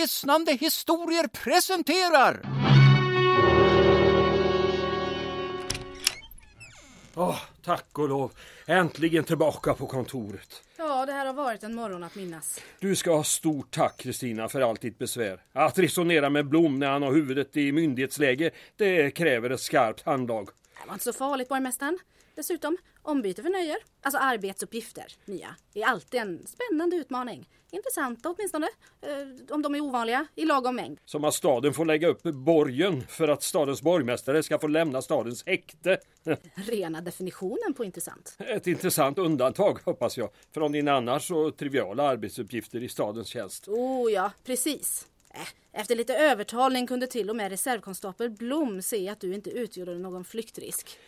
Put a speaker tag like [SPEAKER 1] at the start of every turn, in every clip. [SPEAKER 1] Hisnande historier presenterar...
[SPEAKER 2] Åh, tack och lov. Äntligen tillbaka på kontoret.
[SPEAKER 3] Ja, det här har varit en morgon att minnas.
[SPEAKER 2] Du ska ha stort tack Kristina för allt ditt besvär. Att resonera med Blom när han har huvudet i myndighetsläge, det kräver ett skarpt handlag.
[SPEAKER 3] Det var inte så farligt, borgmästaren. Dessutom, ombyte för nöjer, alltså arbetsuppgifter, nya, är alltid en spännande utmaning. Intressanta åtminstone, eh, om de är ovanliga, i lagom mängd.
[SPEAKER 2] Som att staden får lägga upp borgen för att stadens borgmästare ska få lämna stadens häkte.
[SPEAKER 3] Rena definitionen på intressant.
[SPEAKER 2] Ett intressant undantag, hoppas jag, från dina annars så triviala arbetsuppgifter i stadens tjänst.
[SPEAKER 3] Oh ja, precis. Äh, Efter lite övertalning kunde till och med reservkonstapel Blom se att du inte utgjorde någon flyktrisk.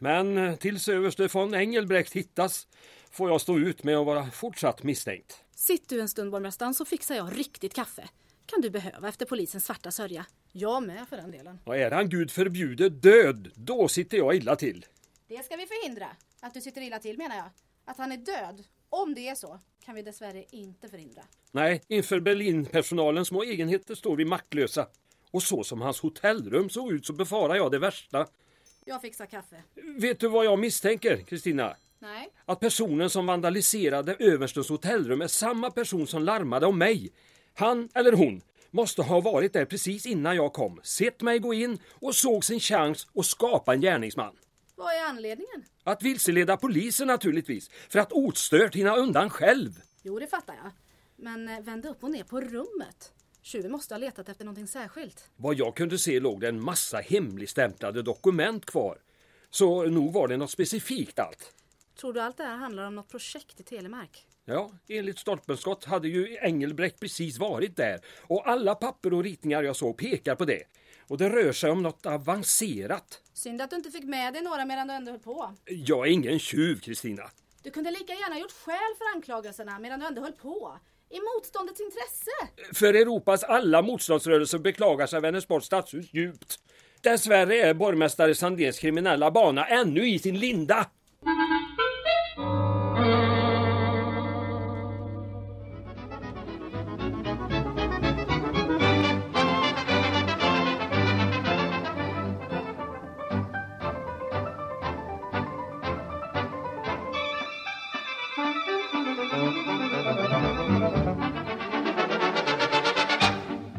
[SPEAKER 2] Men eh, tills överste von Engelbrekt hittas får jag stå ut med att vara fortsatt misstänkt.
[SPEAKER 3] Sitt du en stund, borgmästaren, så fixar jag riktigt kaffe. Kan du behöva efter polisens svarta sörja. Jag med för den delen.
[SPEAKER 2] Och är han gud förbjude död, då sitter jag illa till.
[SPEAKER 3] Det ska vi förhindra. Att du sitter illa till menar jag. Att han är död, om det är så, kan vi dessvärre inte förhindra.
[SPEAKER 2] Nej, inför Berlinpersonalens små egenheter står vi maktlösa. Och så som hans hotellrum såg ut så befarar jag det värsta.
[SPEAKER 3] Jag fixar kaffe.
[SPEAKER 2] Vet du vad jag misstänker, Kristina?
[SPEAKER 3] Nej.
[SPEAKER 2] Att personen som vandaliserade överstens hotellrum är samma person som larmade om mig. Han eller hon måste ha varit där precis innan jag kom, sett mig gå in och såg sin chans att skapa en gärningsman.
[SPEAKER 3] Vad är anledningen?
[SPEAKER 2] Att vilseleda polisen naturligtvis, för att ostört hinna undan själv.
[SPEAKER 3] Jo, det fattar jag. Men eh, vänd upp och ner på rummet. Tjuven måste ha letat efter någonting särskilt.
[SPEAKER 2] Vad jag kunde se låg det en massa hemligstämplade dokument kvar. Så nog var det något specifikt allt.
[SPEAKER 3] Tror du allt det här handlar om något projekt i Telemark?
[SPEAKER 2] Ja, enligt stolpenskott hade ju Engelbrekt precis varit där och alla papper och ritningar jag såg pekar på det. Och det rör sig om något avancerat.
[SPEAKER 3] Synd att du inte fick med dig några medan du ändå höll på.
[SPEAKER 2] Jag är ingen tjuv, Kristina.
[SPEAKER 3] Du kunde lika gärna gjort skäl för anklagelserna medan du ändå höll på. I motståndets intresse!
[SPEAKER 2] För Europas alla motståndsrörelser beklagar sig Vänersborgs stadshus djupt. Dessvärre är borgmästare Sandéns kriminella bana ännu i sin linda.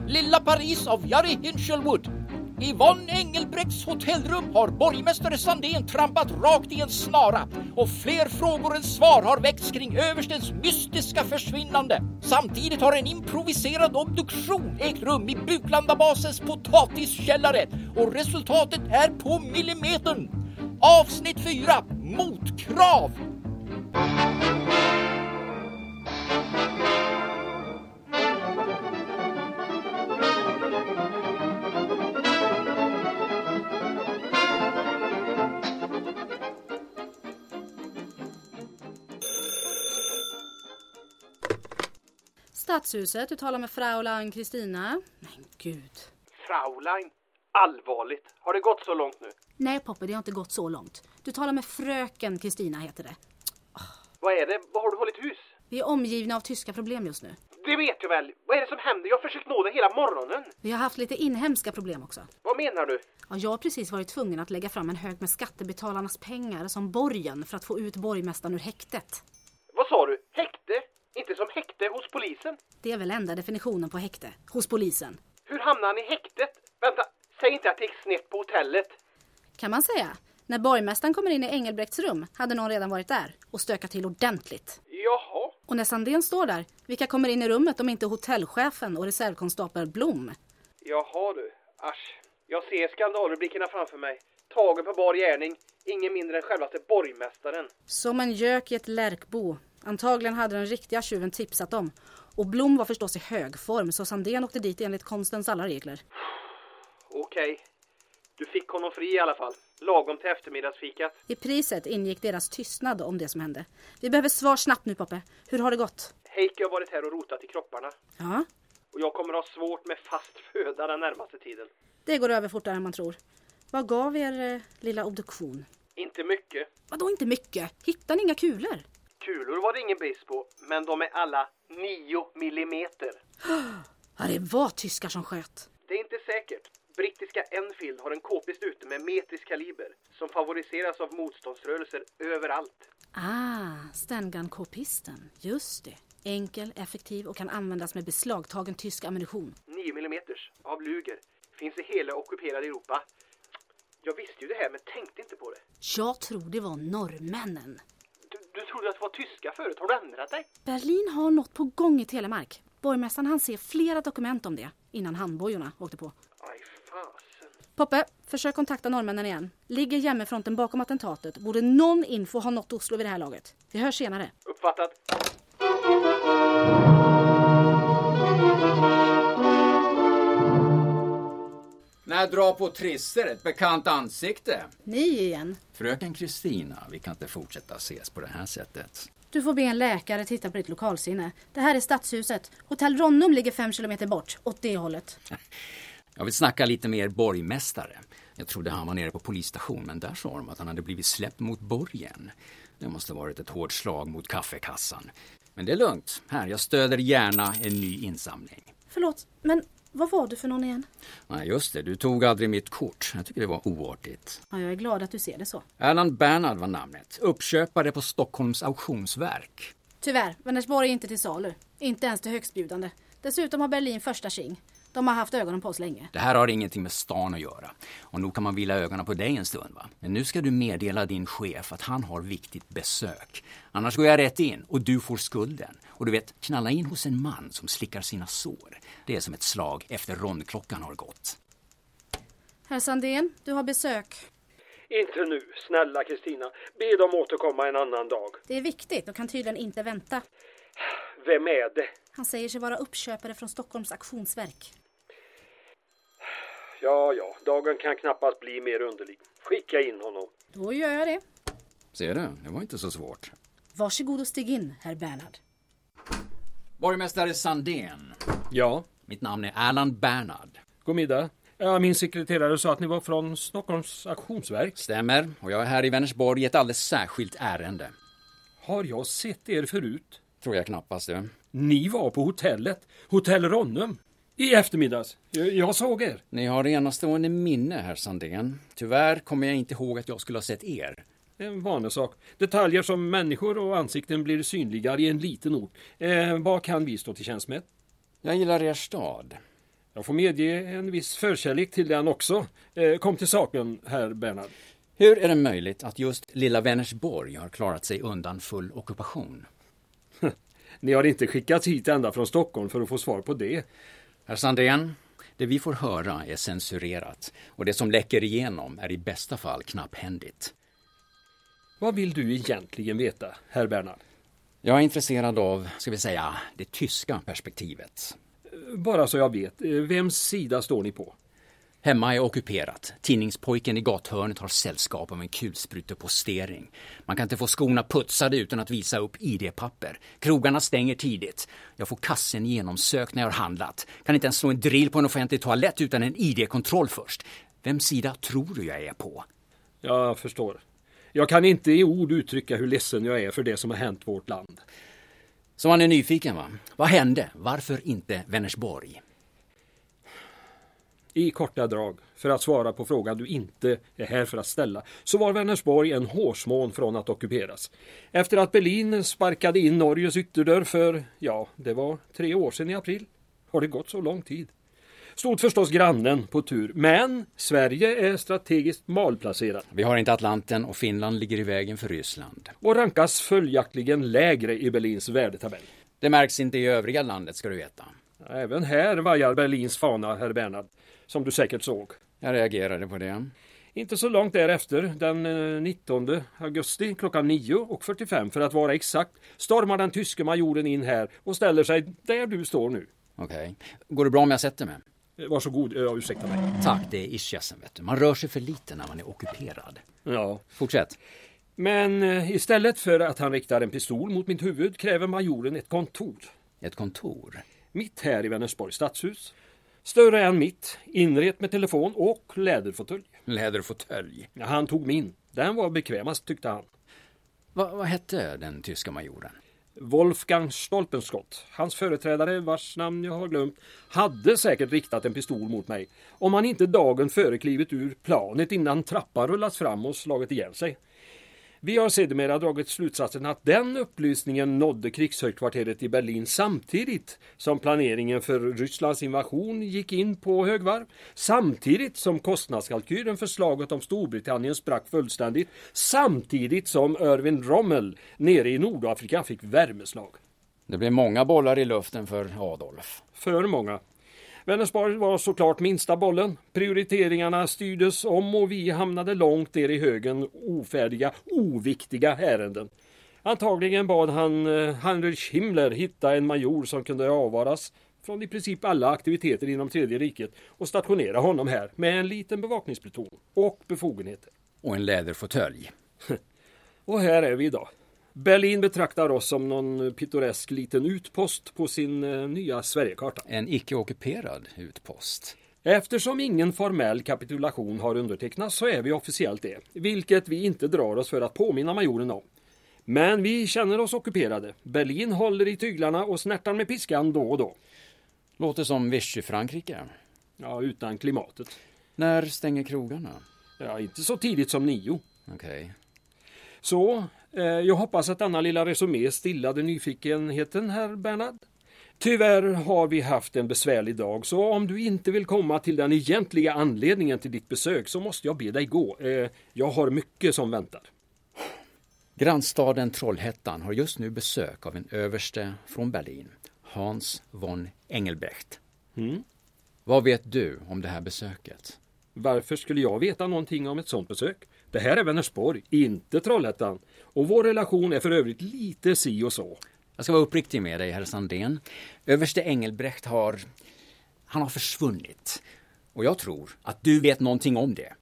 [SPEAKER 1] Lilla Paris av Jari Hinchelwood. I Yvonne Engelbrekts hotellrum har borgmästare Sandén trampat rakt i en snara och fler frågor än svar har väckts kring överstens mystiska försvinnande. Samtidigt har en improviserad obduktion ägt rum i Buklandabasens potatiskällare och resultatet är på millimetern. Avsnitt 4 Motkrav
[SPEAKER 3] Stadshuset, du talar med Fraulein Kristina. Men gud.
[SPEAKER 4] Fraulein, allvarligt. Har det gått så långt nu?
[SPEAKER 3] Nej Poppe, det har inte gått så långt. Du talar med fröken Kristina heter det.
[SPEAKER 4] Vad är det? Vad har du hållit hus?
[SPEAKER 3] Vi är omgivna av tyska problem just nu.
[SPEAKER 4] Det vet jag väl. Vad är det som händer? Jag har försökt nå dig hela morgonen.
[SPEAKER 3] Vi har haft lite inhemska problem också.
[SPEAKER 4] Vad menar du?
[SPEAKER 3] Ja, jag har precis varit tvungen att lägga fram en hög med skattebetalarnas pengar som borgen för att få ut borgmästaren ur häktet.
[SPEAKER 4] Vad sa du? Häkte? Inte som häkte hos polisen?
[SPEAKER 3] Det är väl enda definitionen på häkte, hos polisen.
[SPEAKER 4] Hur hamnade han i häktet? Vänta, säg inte att det gick snett på hotellet.
[SPEAKER 3] Kan man säga. När borgmästaren kommer in i Engelbrekts rum hade någon redan varit där och stökat till ordentligt.
[SPEAKER 4] Jaha.
[SPEAKER 3] Och när Sandén står där, vilka kommer in i rummet om inte hotellchefen och reservkonstapel Blom?
[SPEAKER 4] Jaha du. Asch. Jag ser skandalrubrikerna framför mig. Tagen på bar gärning. Ingen mindre än självaste borgmästaren.
[SPEAKER 3] Som en gök i ett lärkbo. Antagligen hade den riktiga tjuven tipsat dem. Och Blom var förstås i hög form så Sandén åkte dit enligt konstens alla regler.
[SPEAKER 4] Okej. Du fick honom fri i alla fall. Lagom till eftermiddagsfikat.
[SPEAKER 3] I priset ingick deras tystnad om det som hände. Vi behöver svar snabbt nu Poppe. Hur har det gått?
[SPEAKER 4] Heike har varit här och rotat i kropparna.
[SPEAKER 3] Ja,
[SPEAKER 4] och jag kommer ha svårt med fast föda den närmaste tiden.
[SPEAKER 3] det går över fortare än man tror. Vad gav er eh, lilla obduktion?
[SPEAKER 4] Inte mycket.
[SPEAKER 3] Vadå inte mycket? Hittar ni inga kulor?
[SPEAKER 4] Kulor var det ingen brist på, men de är alla
[SPEAKER 5] 9 millimeter.
[SPEAKER 3] Ja, det var tyskar som sköt.
[SPEAKER 5] Det är inte säkert. Brittiska Enfield har en k-pist ute med metrisk kaliber som favoriseras av motståndsrörelser överallt.
[SPEAKER 3] Ah, Stengun-k-pisten. Just det. Enkel, effektiv och kan användas med beslagtagen tysk ammunition.
[SPEAKER 5] 9 mm av Luger finns i hela ockuperade Europa. Jag visste ju det här men tänkte inte på det.
[SPEAKER 3] Jag tror det var norrmännen.
[SPEAKER 5] Du, du trodde att det var tyska förut, har du ändrat dig?
[SPEAKER 3] Berlin har något på gång i Telemark. Borgmästaren han ser flera dokument om det innan handbojorna åkte på.
[SPEAKER 5] Aj fasen.
[SPEAKER 3] Poppe, försök kontakta norrmännen igen. Ligger Jämmerfronten bakom attentatet borde någon info ha nått Oslo vid det här laget. Vi hörs senare.
[SPEAKER 5] Uppfattat.
[SPEAKER 1] När drar på Trisser ett bekant ansikte?
[SPEAKER 3] Ni igen.
[SPEAKER 1] Fröken Kristina, vi kan inte fortsätta ses på det här sättet.
[SPEAKER 3] Du får be en läkare titta på ditt lokalsinne. Det här är stadshuset. Hotell Ronnum ligger fem kilometer bort, åt det hållet.
[SPEAKER 1] Jag vill snacka lite mer borgmästare. Jag trodde han var nere på polisstation, men där sa de att han hade blivit släppt mot borgen. Det måste ha varit ett hårt slag mot kaffekassan. Men det är lugnt. Här, jag stöder gärna en ny insamling.
[SPEAKER 3] Förlåt, men vad var du för någon igen?
[SPEAKER 1] Nej, just det. Du tog aldrig mitt kort. Jag tycker det var oartigt.
[SPEAKER 3] Ja, jag är glad att du ser det så.
[SPEAKER 1] Erland Bernhard var namnet. Uppköpare på Stockholms auktionsverk.
[SPEAKER 3] Tyvärr, Vänersborg är inte till salu. Inte ens till högstbjudande. Dessutom har Berlin första tjing. De har haft ögonen på oss länge.
[SPEAKER 1] Det här har ingenting med stan att göra. Och nog kan man vila ögonen på dig en stund va? Men nu ska du meddela din chef att han har viktigt besök. Annars går jag rätt in och du får skulden. Och du vet, knalla in hos en man som slickar sina sår. Det är som ett slag efter rondklockan har gått.
[SPEAKER 3] Herr Sandén, du har besök.
[SPEAKER 6] Inte nu, snälla Kristina. Be dem återkomma en annan dag.
[SPEAKER 3] Det är viktigt och kan tydligen inte vänta.
[SPEAKER 6] Vem är det?
[SPEAKER 3] Han säger sig vara uppköpare från Stockholms auktionsverk.
[SPEAKER 6] Ja, ja, dagen kan knappast bli mer underlig. Skicka in honom.
[SPEAKER 3] Då gör jag det.
[SPEAKER 1] Ser du, det var inte så svårt.
[SPEAKER 3] Varsågod och stig in, herr Bernhard.
[SPEAKER 1] Borgmästare Sandén.
[SPEAKER 2] Ja,
[SPEAKER 1] Mitt namn är Erland Bernhard.
[SPEAKER 2] god middag. Ja, min sekreterare sa att ni var från Stockholms auktionsverk.
[SPEAKER 1] Stämmer, och jag är här i Vänersborg i ett alldeles särskilt ärende.
[SPEAKER 2] Har jag sett er förut?
[SPEAKER 1] Tror jag knappast du.
[SPEAKER 2] Ni var på hotellet, Hotell Ronnum, i eftermiddags. Jag, jag såg er.
[SPEAKER 1] Ni har enastående minne, herr Sandén. Tyvärr kommer jag inte ihåg att jag skulle ha sett er.
[SPEAKER 2] Det är en vanlig sak. Detaljer som människor och ansikten blir synligare i en liten ort. Eh, vad kan vi stå till tjänst med?
[SPEAKER 1] Jag gillar er stad.
[SPEAKER 2] Jag får medge en viss förkärlek till den också. Eh, kom till saken, herr Bernhard.
[SPEAKER 1] Hur är det möjligt att just lilla Vänersborg har klarat sig undan full ockupation?
[SPEAKER 2] Ni har inte skickats hit ända från Stockholm för att få svar på det.
[SPEAKER 1] Herr Sandén, det vi får höra är censurerat och det som läcker igenom är i bästa fall knapphändigt.
[SPEAKER 2] Vad vill du egentligen veta, herr Bernhard?
[SPEAKER 1] Jag är intresserad av, ska vi säga, det tyska perspektivet.
[SPEAKER 2] Bara så jag vet, eh, vems sida står ni på?
[SPEAKER 1] Hemma är ockuperat. Tidningspojken i gathörnet har sällskap av en kulsprutepostering. Man kan inte få skorna putsade utan att visa upp ID-papper. Krogarna stänger tidigt. Jag får kassen genomsökt när jag har handlat. Kan inte ens slå en drill på en offentlig toalett utan en ID-kontroll först. Vems sida tror du jag är på?
[SPEAKER 2] Jag förstår. Jag kan inte i ord uttrycka hur ledsen jag är för det som har hänt vårt land.
[SPEAKER 1] Så man är nyfiken va? Vad hände? Varför inte Vänersborg?
[SPEAKER 2] I korta drag, för att svara på frågan du inte är här för att ställa, så var Vänersborg en hårsmån från att ockuperas. Efter att Berlin sparkade in Norges ytterdörr för, ja, det var tre år sedan i april, har det gått så lång tid. Stod förstås grannen på tur, men Sverige är strategiskt malplacerat
[SPEAKER 1] Vi har inte Atlanten och Finland ligger i vägen för Ryssland.
[SPEAKER 2] och rankas följaktligen lägre i Berlins värdetabell.
[SPEAKER 1] Det märks inte i övriga landet ska du veta.
[SPEAKER 2] Även här vajar Berlins fana, herr Bernhard, som du säkert såg.
[SPEAKER 1] Jag reagerade på det.
[SPEAKER 2] Inte så långt därefter, den eh, 19 augusti klockan 9.45 för att vara exakt, stormar den tyske majoren in här och ställer sig där du står nu.
[SPEAKER 1] Okej. Går det bra om jag sätter mig?
[SPEAKER 2] Eh, Varsågod, ja, ursäkta mig.
[SPEAKER 1] Tack, det är ischiasen vet du. Man rör sig för lite när man är ockuperad.
[SPEAKER 2] Ja.
[SPEAKER 1] Fortsätt.
[SPEAKER 2] Men eh, istället för att han riktar en pistol mot mitt huvud kräver majoren ett kontor.
[SPEAKER 1] Ett kontor.
[SPEAKER 2] Mitt här i Vänersborgs stadshus. Större än mitt, inrett med telefon och läderfåtölj.
[SPEAKER 1] Läderfåtölj.
[SPEAKER 2] Ja, Han tog min. Den var bekvämast tyckte han.
[SPEAKER 1] Va, vad hette den tyska majoren?
[SPEAKER 2] Wolfgang Stolpenskott, hans företrädare vars namn jag har glömt, hade säkert riktat en pistol mot mig om han inte dagen före klivit ur planet innan trappan rullats fram och slagit ihjäl sig. Vi har sedermera dragit slutsatsen att den upplysningen nådde krigshögkvarteret i Berlin samtidigt som planeringen för Rysslands invasion gick in på högvarv, samtidigt som kostnadskalkylen för slaget om Storbritannien sprack fullständigt, samtidigt som Erwin Rommel nere i Nordafrika fick värmeslag.
[SPEAKER 1] Det blev många bollar i luften för Adolf.
[SPEAKER 2] För många. Vänersborg var såklart minsta bollen. Prioriteringarna styrdes om och vi hamnade långt ner i högen ofärdiga, oviktiga ärenden. Antagligen bad han eh, Heinrich Himmler hitta en major som kunde avvaras från i princip alla aktiviteter inom Tredje riket och stationera honom här med en liten bevakningspluton och befogenheter.
[SPEAKER 1] Och en läderfåtölj.
[SPEAKER 2] Och här är vi idag. Berlin betraktar oss som någon pittoresk liten utpost på sin eh, nya Sverigekarta.
[SPEAKER 1] En icke-ockuperad utpost.
[SPEAKER 2] Eftersom ingen formell kapitulation har undertecknats så är vi officiellt det, vilket vi inte drar oss för att påminna majoren om. Men vi känner oss ockuperade. Berlin håller i tyglarna och snärtar med piskan då och då.
[SPEAKER 1] Låter som Vichy-Frankrike.
[SPEAKER 2] Ja, utan klimatet.
[SPEAKER 1] När stänger krogarna?
[SPEAKER 2] Ja, inte så tidigt som nio.
[SPEAKER 1] Okej.
[SPEAKER 2] Så, eh, jag hoppas att denna lilla resumé stillade nyfikenheten, herr Bernhard. Tyvärr har vi haft en besvärlig dag, så om du inte vill komma till den egentliga anledningen till ditt besök så måste jag be dig gå. Eh, jag har mycket som väntar.
[SPEAKER 1] Grannstaden Trollhättan har just nu besök av en överste från Berlin, Hans von Engelbrecht. Vad vet du om det här besöket?
[SPEAKER 2] Varför skulle jag veta någonting om ett sånt besök? Det här är Vänersborg, inte Trollhättan. Och vår relation är för övrigt lite si och så.
[SPEAKER 1] Jag ska vara uppriktig med dig, herr Sandén. Överste Engelbrecht har... Han har försvunnit. Och jag tror att du vet någonting om det.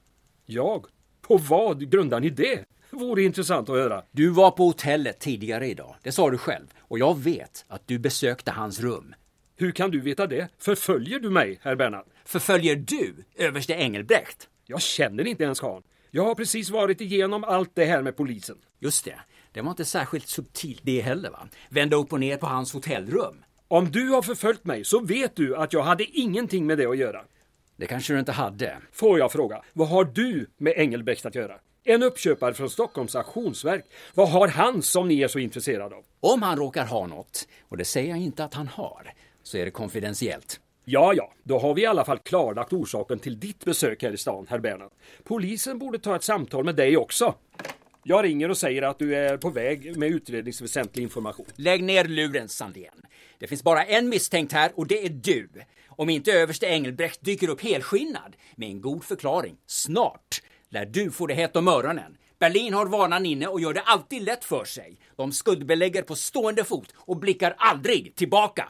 [SPEAKER 2] Jag? På vad grundar ni det? Vore intressant att höra.
[SPEAKER 1] Du var på hotellet tidigare idag, det sa du själv. Och jag vet att du besökte hans rum.
[SPEAKER 2] Hur kan du veta det? Förföljer du mig, herr Bernhard?
[SPEAKER 1] Förföljer du överste Engelbrecht?
[SPEAKER 2] Jag känner inte ens karln. Jag har precis varit igenom allt det här med polisen.
[SPEAKER 1] Just det, det var inte särskilt subtilt det heller va? Vända upp och ner på hans hotellrum.
[SPEAKER 2] Om du har förföljt mig så vet du att jag hade ingenting med det att göra.
[SPEAKER 1] Det kanske du inte hade.
[SPEAKER 2] Får jag fråga, vad har du med Engelbrecht att göra? En uppköpare från Stockholms auktionsverk. Vad har han som ni är så intresserade av?
[SPEAKER 1] Om han råkar ha något, och det säger jag inte att han har, så är det konfidentiellt.
[SPEAKER 2] Ja, ja, då har vi i alla fall klarlagt orsaken till ditt besök här i stan, herr Bernhard. Polisen borde ta ett samtal med dig också. Jag ringer och säger att du är på väg med utredningsväsentlig information.
[SPEAKER 1] Lägg ner luren, Sandén. Det finns bara en misstänkt här och det är du. Om inte överste Engelbrekt dyker upp helskinnad med en god förklaring snart lär du få det hett om öronen. Berlin har vanan inne och gör det alltid lätt för sig. De skuldbelägger på stående fot och blickar aldrig tillbaka.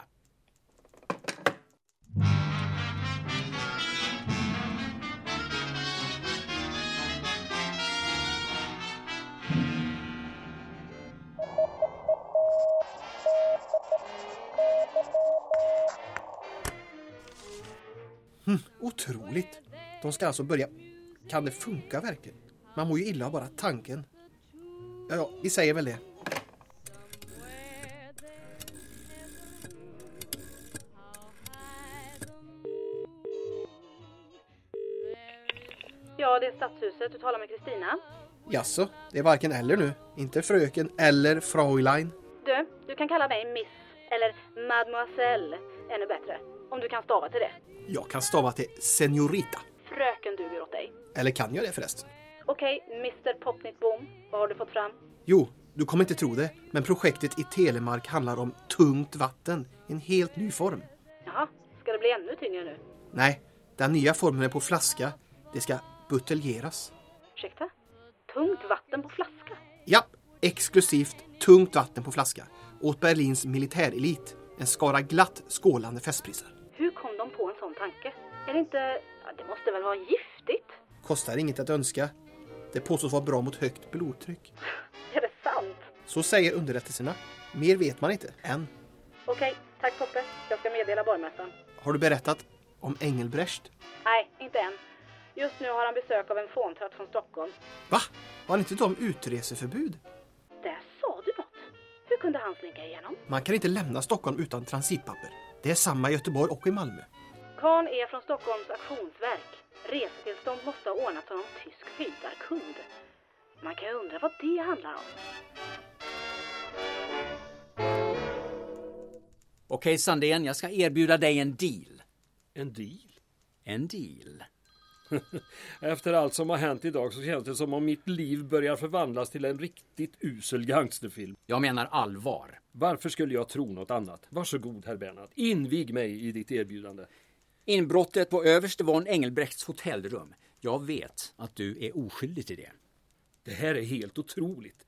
[SPEAKER 4] Otroligt! De ska alltså börja... Kan det funka verkligen? Man mår ju illa av bara tanken. Ja, ja, vi säger väl det.
[SPEAKER 3] Ja, det är Stadshuset. Du talar med Kristina.
[SPEAKER 4] Jaså, det är varken eller nu. Inte fröken eller Fraulein.
[SPEAKER 3] Du, du kan kalla mig Miss eller Mademoiselle. Ännu bättre. Om du kan stava till det.
[SPEAKER 4] Jag kan stava till Senorita.
[SPEAKER 3] Fröken duger åt dig.
[SPEAKER 4] Eller kan jag det förresten?
[SPEAKER 3] Okej, Mr Popnitbom. Vad har du fått fram?
[SPEAKER 4] Jo, du kommer inte tro det, men projektet i Telemark handlar om tungt vatten. En helt ny form.
[SPEAKER 3] Jaha, ska det bli ännu tyngre nu?
[SPEAKER 4] Nej, den nya formen är på flaska. Det ska buteljeras.
[SPEAKER 3] Ursäkta? Tungt vatten på flaska?
[SPEAKER 4] Ja, exklusivt tungt vatten på flaska. Åt Berlins militärelit. En skara glatt skålande festpriser.
[SPEAKER 3] Hur kom de på en sån tanke? Är det inte... Ja, det måste väl vara giftigt?
[SPEAKER 4] Kostar inget att önska. Det påstås vara bra mot högt blodtryck.
[SPEAKER 3] Är det sant?
[SPEAKER 4] Så säger underrättelserna. Mer vet man inte än.
[SPEAKER 3] Okej, tack Poppe. Jag ska meddela borgmästaren.
[SPEAKER 4] Har du berättat om Engelbrecht?
[SPEAKER 3] Nej, inte än. Just nu har han besök av en fåntratt från Stockholm.
[SPEAKER 4] Va? Har han inte de utreseförbud?
[SPEAKER 3] Där sa du något! Hur
[SPEAKER 7] kunde han slinka igenom.
[SPEAKER 4] Man kan inte lämna Stockholm utan transitpapper. Det är samma i Göteborg och i Malmö.
[SPEAKER 7] Karn är från Stockholms auktionsverk. Resetillstånd måste ha ordnats av någon tysk skyltarkund. Man kan ju undra vad det handlar om.
[SPEAKER 1] Okej Sandén, jag ska erbjuda dig en deal.
[SPEAKER 2] En deal?
[SPEAKER 1] En deal.
[SPEAKER 2] Efter allt som har hänt idag så känns det som om mitt liv börjar förvandlas till en riktigt usel gangsterfilm.
[SPEAKER 1] Jag menar allvar.
[SPEAKER 2] Varför skulle jag tro något annat? Varsågod herr Bernhard, invig mig i ditt erbjudande.
[SPEAKER 1] Inbrottet på överste von Engelbrekts hotellrum. Jag vet att du är oskyldig till det.
[SPEAKER 2] Det här är helt otroligt.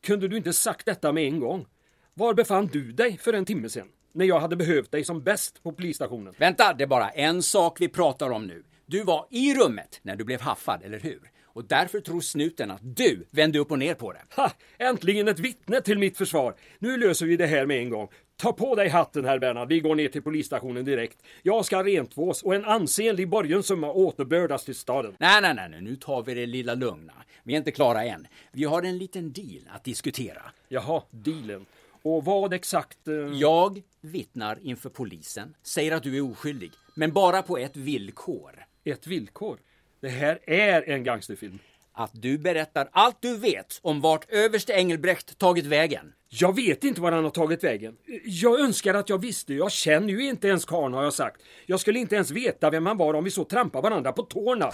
[SPEAKER 2] Kunde du inte sagt detta med en gång? Var befann du dig för en timme sedan? När jag hade behövt dig som bäst på polisstationen.
[SPEAKER 1] Vänta, det är bara en sak vi pratar om nu. Du var i rummet när du blev haffad, eller hur? Och därför tror snuten att du vände upp och ner på det.
[SPEAKER 2] Ha! Äntligen ett vittne till mitt försvar. Nu löser vi det här med en gång. Ta på dig hatten herr Bernhard, vi går ner till polisstationen direkt. Jag ska rentvås och en ansenlig borgenssumma återbördas till staden.
[SPEAKER 1] Nej, nej, nej, nej, nu tar vi det lilla lugna. Vi är inte klara än. Vi har en liten deal att diskutera.
[SPEAKER 2] Jaha, dealen. Och vad exakt... Eh...
[SPEAKER 1] Jag vittnar inför polisen, säger att du är oskyldig, men bara på ett villkor.
[SPEAKER 2] Ett villkor. Det här är en gangsterfilm.
[SPEAKER 1] Att du berättar allt du vet om vart överste Engelbrekt tagit vägen.
[SPEAKER 2] Jag vet inte var han har tagit vägen. Jag önskar att jag visste. Jag känner ju inte ens karln har jag sagt. Jag skulle inte ens veta vem han var om vi så trampar varandra på tårna.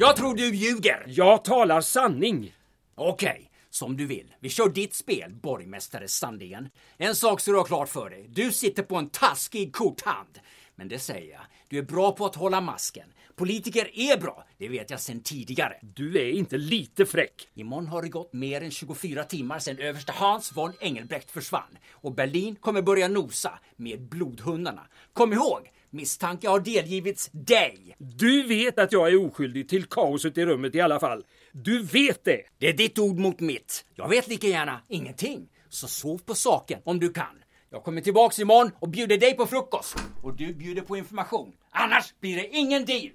[SPEAKER 1] Jag tror du ljuger!
[SPEAKER 2] Jag talar sanning.
[SPEAKER 1] Okej, som du vill. Vi kör ditt spel, borgmästare Sandén. En sak ska du ha klart för dig. Du sitter på en taskig korthand. Men det säger jag, du är bra på att hålla masken. Politiker är bra, det vet jag sedan tidigare.
[SPEAKER 2] Du är inte lite fräck.
[SPEAKER 1] Imorgon har det gått mer än 24 timmar sedan överste Hans von Engelbrekt försvann och Berlin kommer börja nosa med blodhundarna. Kom ihåg, misstanke har delgivits dig.
[SPEAKER 2] Du vet att jag är oskyldig till kaoset i rummet i alla fall. Du vet det!
[SPEAKER 1] Det är ditt ord mot mitt. Jag vet lika gärna ingenting. Så sov på saken om du kan. Jag kommer tillbaks imorgon och bjuder dig på frukost och du bjuder på information. Annars blir det ingen deal.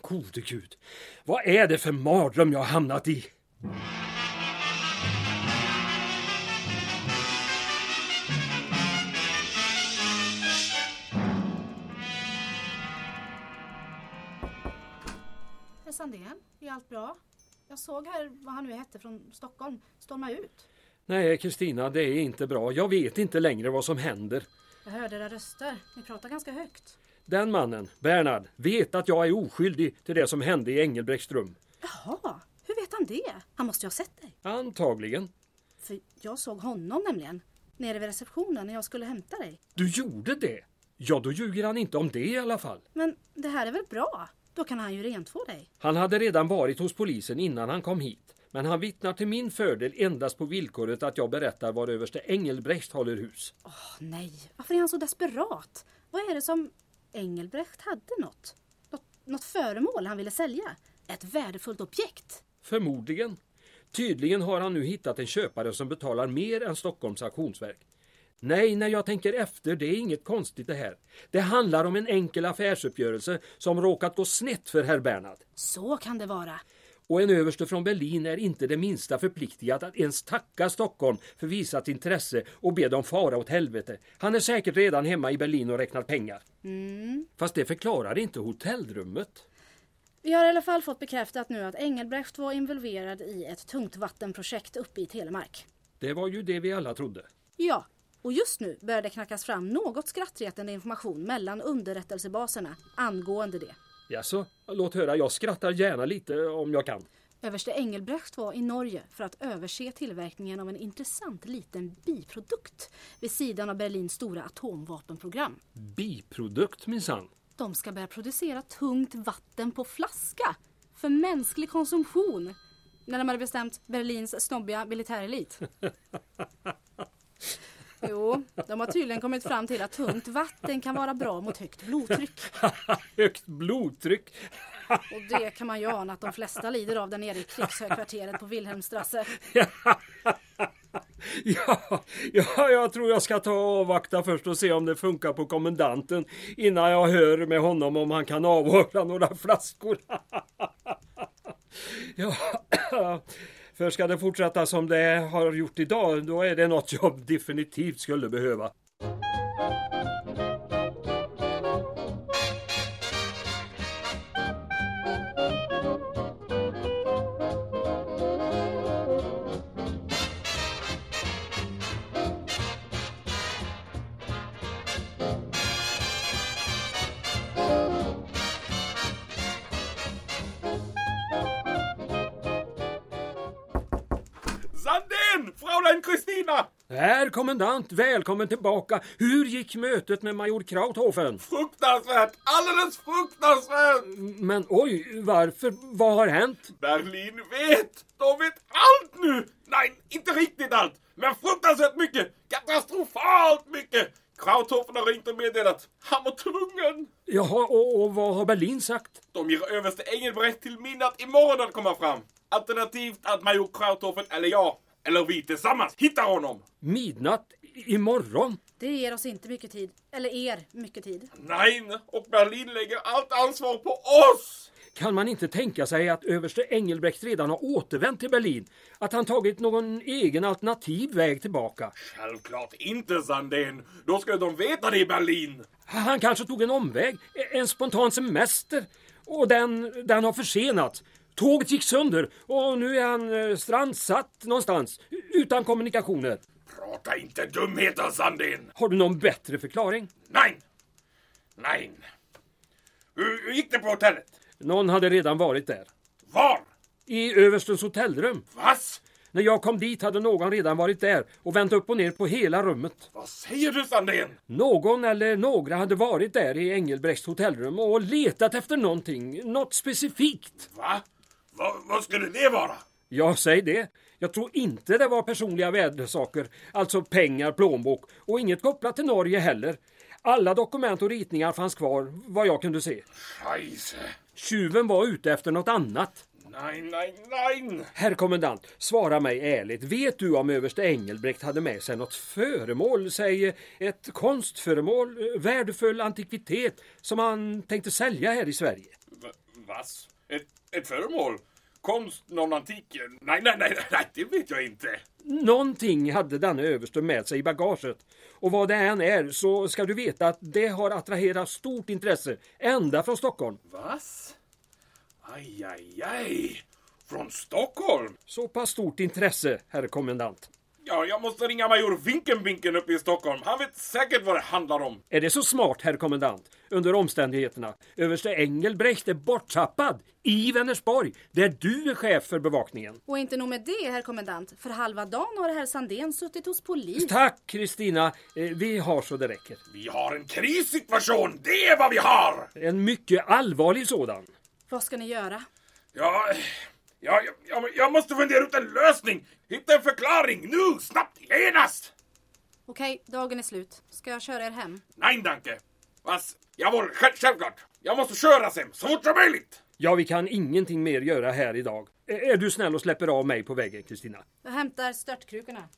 [SPEAKER 2] Gode gud, vad är det för mardröm jag har hamnat i?
[SPEAKER 3] Herr Sandén, är allt bra? Jag såg här vad han nu hette från Stockholm storma ut.
[SPEAKER 2] Nej, Kristina, det är inte bra. Jag vet inte längre vad som händer.
[SPEAKER 3] Jag hörde era röster. Ni pratar ganska högt.
[SPEAKER 2] Den mannen, Bernhard, vet att jag är oskyldig till det som hände i Engelbrekts rum.
[SPEAKER 3] Jaha, hur vet han det? Han måste ju ha sett dig.
[SPEAKER 2] Antagligen.
[SPEAKER 3] För jag såg honom nämligen. Nere vid receptionen när jag skulle hämta dig.
[SPEAKER 2] Du gjorde det? Ja, då ljuger han inte om det i alla fall.
[SPEAKER 3] Men det här är väl bra? Då kan han ju rentvå dig.
[SPEAKER 2] Han hade redan varit hos polisen innan han kom hit. Men han vittnar till min fördel endast på villkoret att jag berättar var överste Engelbrekt håller hus.
[SPEAKER 3] Åh nej, varför är han så desperat? Vad är det som... Engelbrekt hade något. Något, något föremål han ville sälja. Ett värdefullt objekt.
[SPEAKER 2] Förmodligen. Tydligen har han nu hittat en köpare som betalar mer än Stockholms auktionsverk. Nej, när jag tänker efter, det är inget konstigt det här. Det handlar om en enkel affärsuppgörelse som råkat gå snett för herr Bernhard.
[SPEAKER 3] Så kan det vara.
[SPEAKER 2] Och en överste från Berlin är inte det minsta förpliktigad att ens tacka Stockholm för visat intresse och be dem fara åt helvete. Han är säkert redan hemma i Berlin och räknar pengar. Fast det förklarar inte hotellrummet.
[SPEAKER 3] Vi har i alla fall fått bekräftat nu att Engelbrekt var involverad i ett tungvattenprojekt uppe i Telemark.
[SPEAKER 2] Det var ju det vi alla trodde.
[SPEAKER 3] Ja, och just nu börjar det knackas fram något skrattretande information mellan underrättelsebaserna angående det.
[SPEAKER 2] Jaså, låt höra, jag skrattar gärna lite om jag kan.
[SPEAKER 3] Överste Engelbrekt var i Norge för att överse tillverkningen av en intressant liten biprodukt vid sidan av Berlins stora atomvapenprogram.
[SPEAKER 2] Biprodukt minsann.
[SPEAKER 3] De ska börja producera tungt vatten på flaska för mänsklig konsumtion. Närmare bestämt Berlins snobbiga militärelit. Jo, de har tydligen kommit fram till att tungt vatten kan vara bra mot högt blodtryck.
[SPEAKER 2] Högt blodtryck.
[SPEAKER 3] Och det kan man ju ana att de flesta lider av där nere i krigshögkvarteret på Wilhelmstrasse.
[SPEAKER 2] Ja, ja, jag tror jag ska ta och avvakta först och se om det funkar på kommendanten innan jag hör med honom om han kan avhöra några flaskor. Ja, För ska det fortsätta som det har gjort idag, då är det något jag definitivt skulle behöva.
[SPEAKER 8] Sandin! Fräulein Christina!
[SPEAKER 2] Herr kommendant, välkommen tillbaka! Hur gick mötet med major Krauthofen?
[SPEAKER 8] Fruktansvärt! Alldeles fruktansvärt!
[SPEAKER 2] Men oj, varför? Vad har hänt?
[SPEAKER 8] Berlin vet! De vet allt nu! Nej, inte riktigt allt! Men fruktansvärt mycket! Katastrofalt mycket! Krauthofen har ringt och meddelat. Han var tvungen!
[SPEAKER 2] Jaha, och, och vad har Berlin sagt?
[SPEAKER 8] De ger överste Engelbrekt till minne att imorgon att komma fram. Alternativt att major Krauthofen eller jag, eller vi tillsammans, hittar honom.
[SPEAKER 2] Midnatt? i- Imorgon?
[SPEAKER 9] Det ger oss inte mycket tid. Eller er mycket tid.
[SPEAKER 8] Nej, och Berlin lägger allt ansvar på oss!
[SPEAKER 2] Kan man inte tänka sig att överste Engelbrekt redan har återvänt till Berlin? Att han tagit någon egen alternativ väg tillbaka?
[SPEAKER 8] Självklart inte Sandén. Då skulle de veta det i Berlin.
[SPEAKER 2] Han kanske tog en omväg, e- en spontan semester. Och den, den har försenats. Tåget gick sönder och nu är han eh, strandsatt någonstans utan kommunikationer.
[SPEAKER 8] Prata inte dumheter Sandén.
[SPEAKER 2] Har du någon bättre förklaring?
[SPEAKER 8] Nej! Nej! Hur, hur gick det på hotellet?
[SPEAKER 2] Någon hade redan varit där.
[SPEAKER 8] Var?
[SPEAKER 2] I överstens hotellrum.
[SPEAKER 8] Vass?
[SPEAKER 2] När jag kom dit hade någon redan varit där och vänt upp och ner på hela rummet.
[SPEAKER 8] Vad säger du Sandén?
[SPEAKER 2] Någon eller några hade varit där i Engelbrekts hotellrum och letat efter någonting, något specifikt.
[SPEAKER 8] Va? Va vad skulle det vara?
[SPEAKER 2] Ja, säg det. Jag tror inte det var personliga värdesaker, alltså pengar, plånbok och inget kopplat till Norge heller. Alla dokument och ritningar fanns kvar, vad jag kunde se.
[SPEAKER 8] Scheisse.
[SPEAKER 2] Tjuven var ute efter något annat.
[SPEAKER 8] Nej, nej, nej!
[SPEAKER 2] Herr kommendant, svara mig ärligt. Vet du om överste Engelbrekt hade med sig något föremål, säg ett konstföremål, eh, värdefull antikvitet som han tänkte sälja här i Sverige?
[SPEAKER 8] Va vass? Ett, ett föremål? Konst, någon antik? Nej, nej, nej, nej, det vet jag inte.
[SPEAKER 2] Någonting hade denne överste med sig i bagaget. Och vad det än är så ska du veta att det har attraherat stort intresse ända från Stockholm.
[SPEAKER 8] Vass? Aj, aj, aj! Från Stockholm?
[SPEAKER 2] Så pass stort intresse, herr kommendant.
[SPEAKER 8] Ja, jag måste ringa major Vinkenvinken uppe i Stockholm. Han vet säkert vad det handlar om.
[SPEAKER 2] Är det så smart, herr kommendant? Under omständigheterna. Överste Engelbrekt är borttappad i Vänersborg, där du är chef för bevakningen.
[SPEAKER 9] Och inte nog med det, herr kommendant. För halva dagen har herr Sandén suttit hos polis.
[SPEAKER 2] Tack, Kristina. Eh, Vi har så det räcker.
[SPEAKER 8] Vi har en krissituation, det är vad vi har!
[SPEAKER 2] En mycket allvarlig sådan.
[SPEAKER 9] Vad ska ni göra?
[SPEAKER 8] Ja, ja, ja, ja, jag måste fundera ut en lösning! Hitta en förklaring, nu, snabbt, genast!
[SPEAKER 9] Okej, dagen är slut. Ska jag köra er hem?
[SPEAKER 8] Nej, danke. Vass? Jawohl, själv, självklart. Jag måste köra sen, så fort som möjligt!
[SPEAKER 2] Ja, vi kan ingenting mer göra här idag. Eh, Är du snäll och släpper av mig på vägen, Kristina?
[SPEAKER 9] Jag hämtar störtkrukorna.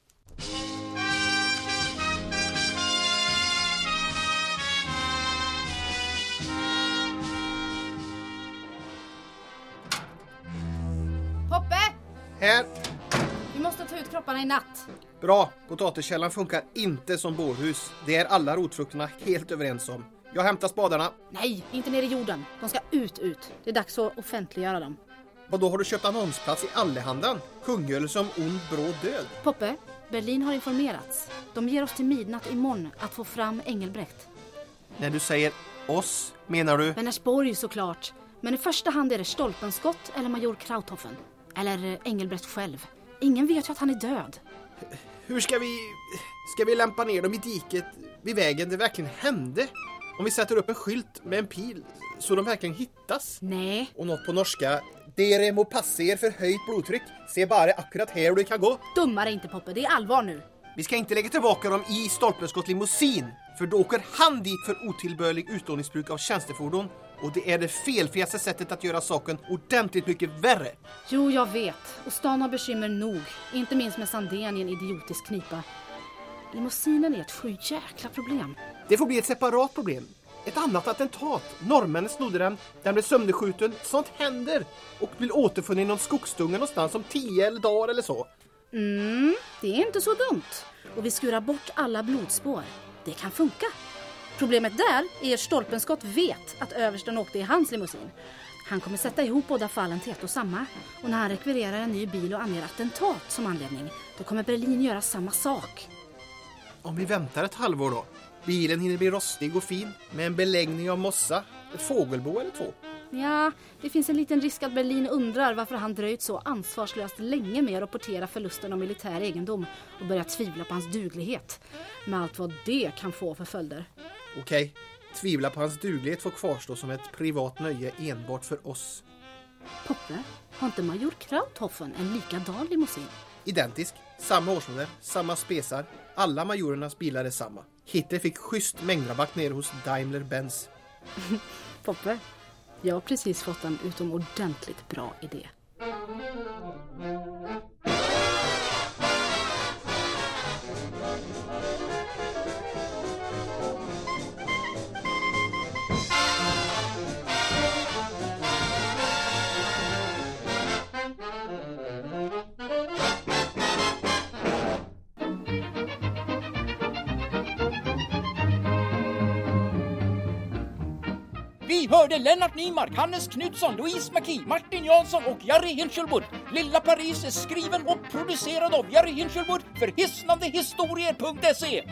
[SPEAKER 9] Poppe!
[SPEAKER 4] Här!
[SPEAKER 9] Vi måste ta ut kropparna i natt.
[SPEAKER 4] Bra! Potatiskällan funkar inte som bårhus. Det är alla rotfrukterna helt överens om. Jag hämtar spadarna.
[SPEAKER 9] Nej, inte ner i jorden. De ska ut, ut. Det är dags att offentliggöra dem.
[SPEAKER 4] Vadå, har du köpt annonsplats i Allehandan? Kungöl som ond bråd död.
[SPEAKER 9] Poppe, Berlin har informerats. De ger oss till midnatt imorgon att få fram Engelbrekt.
[SPEAKER 4] När du säger oss, menar du?
[SPEAKER 9] Vänersborg såklart. Men i första hand är det stolpenskott eller major Krauthofen. Eller eh, Engelbrekt själv. Ingen vet ju att han är död.
[SPEAKER 4] Hur ska vi... Ska vi lämpa ner dem i diket vid vägen det verkligen hände? Om vi sätter upp en skylt med en pil så de verkligen hittas?
[SPEAKER 9] Nej,
[SPEAKER 4] Och något på norska. Dere må passa er för höjt blodtryck. Se bara akkurat här du kan gå.
[SPEAKER 9] dummare inte Poppe. Det är allvar nu.
[SPEAKER 4] Vi ska inte lägga tillbaka dem i stolpenskott limousin. För då åker han dit för otillbörlig utlåningsbruk av tjänstefordon. Och det är det felfriaste sättet att göra saken ordentligt mycket värre.
[SPEAKER 9] Jo, jag vet. Och stan har bekymmer nog. Inte minst med Sandén i en idiotisk knipa. Limousinen är ett sjujäkla problem.
[SPEAKER 4] Det får bli ett separat problem.
[SPEAKER 10] Ett annat attentat. Norrmännen snodde den. Den blev sömneskjuten. Sånt händer! Och blir återfunnen i någon skogsdunge någonstans om tio eller dagar eller så.
[SPEAKER 3] Mm, det är inte så dumt. Och vi skurar bort alla blodspår. Det kan funka. Problemet där är att Stolpenskott vet att översten åkte i hans limousin. Han kommer sätta ihop båda fallen till ett och samma. Och när han rekvirerar en ny bil och anger attentat som anledning, då kommer Berlin göra samma sak.
[SPEAKER 10] Om vi väntar ett halvår då? Bilen hinner bli rostig och fin med en beläggning av mossa, ett fågelbo eller två.
[SPEAKER 3] Ja, det finns en liten risk att Berlin undrar varför han dröjt så ansvarslöst länge med att rapportera förlusten av militär egendom och börjat tvivla på hans duglighet. Med allt vad det kan få för följder.
[SPEAKER 10] Okej, tvivla på hans duglighet får kvarstå som ett privat nöje enbart för oss.
[SPEAKER 3] Poppe, har inte major Krauthoffen en likadan limousin?
[SPEAKER 10] Identisk, samma årsmodell, samma spesar. Alla majorernas bilar är samma. Hitler fick schysst mängdrabatt nere hos Daimler-Benz.
[SPEAKER 3] Poppe, jag har precis fått en utomordentligt bra idé.
[SPEAKER 1] Vi hörde Lennart Nymark, Hannes Knutsson, Louise McKee, Martin Jansson och Jerry Hinchelwood. Lilla E. Paris är skriven och producerad av Jerry Hinchelwood för hisnandehistorier.se.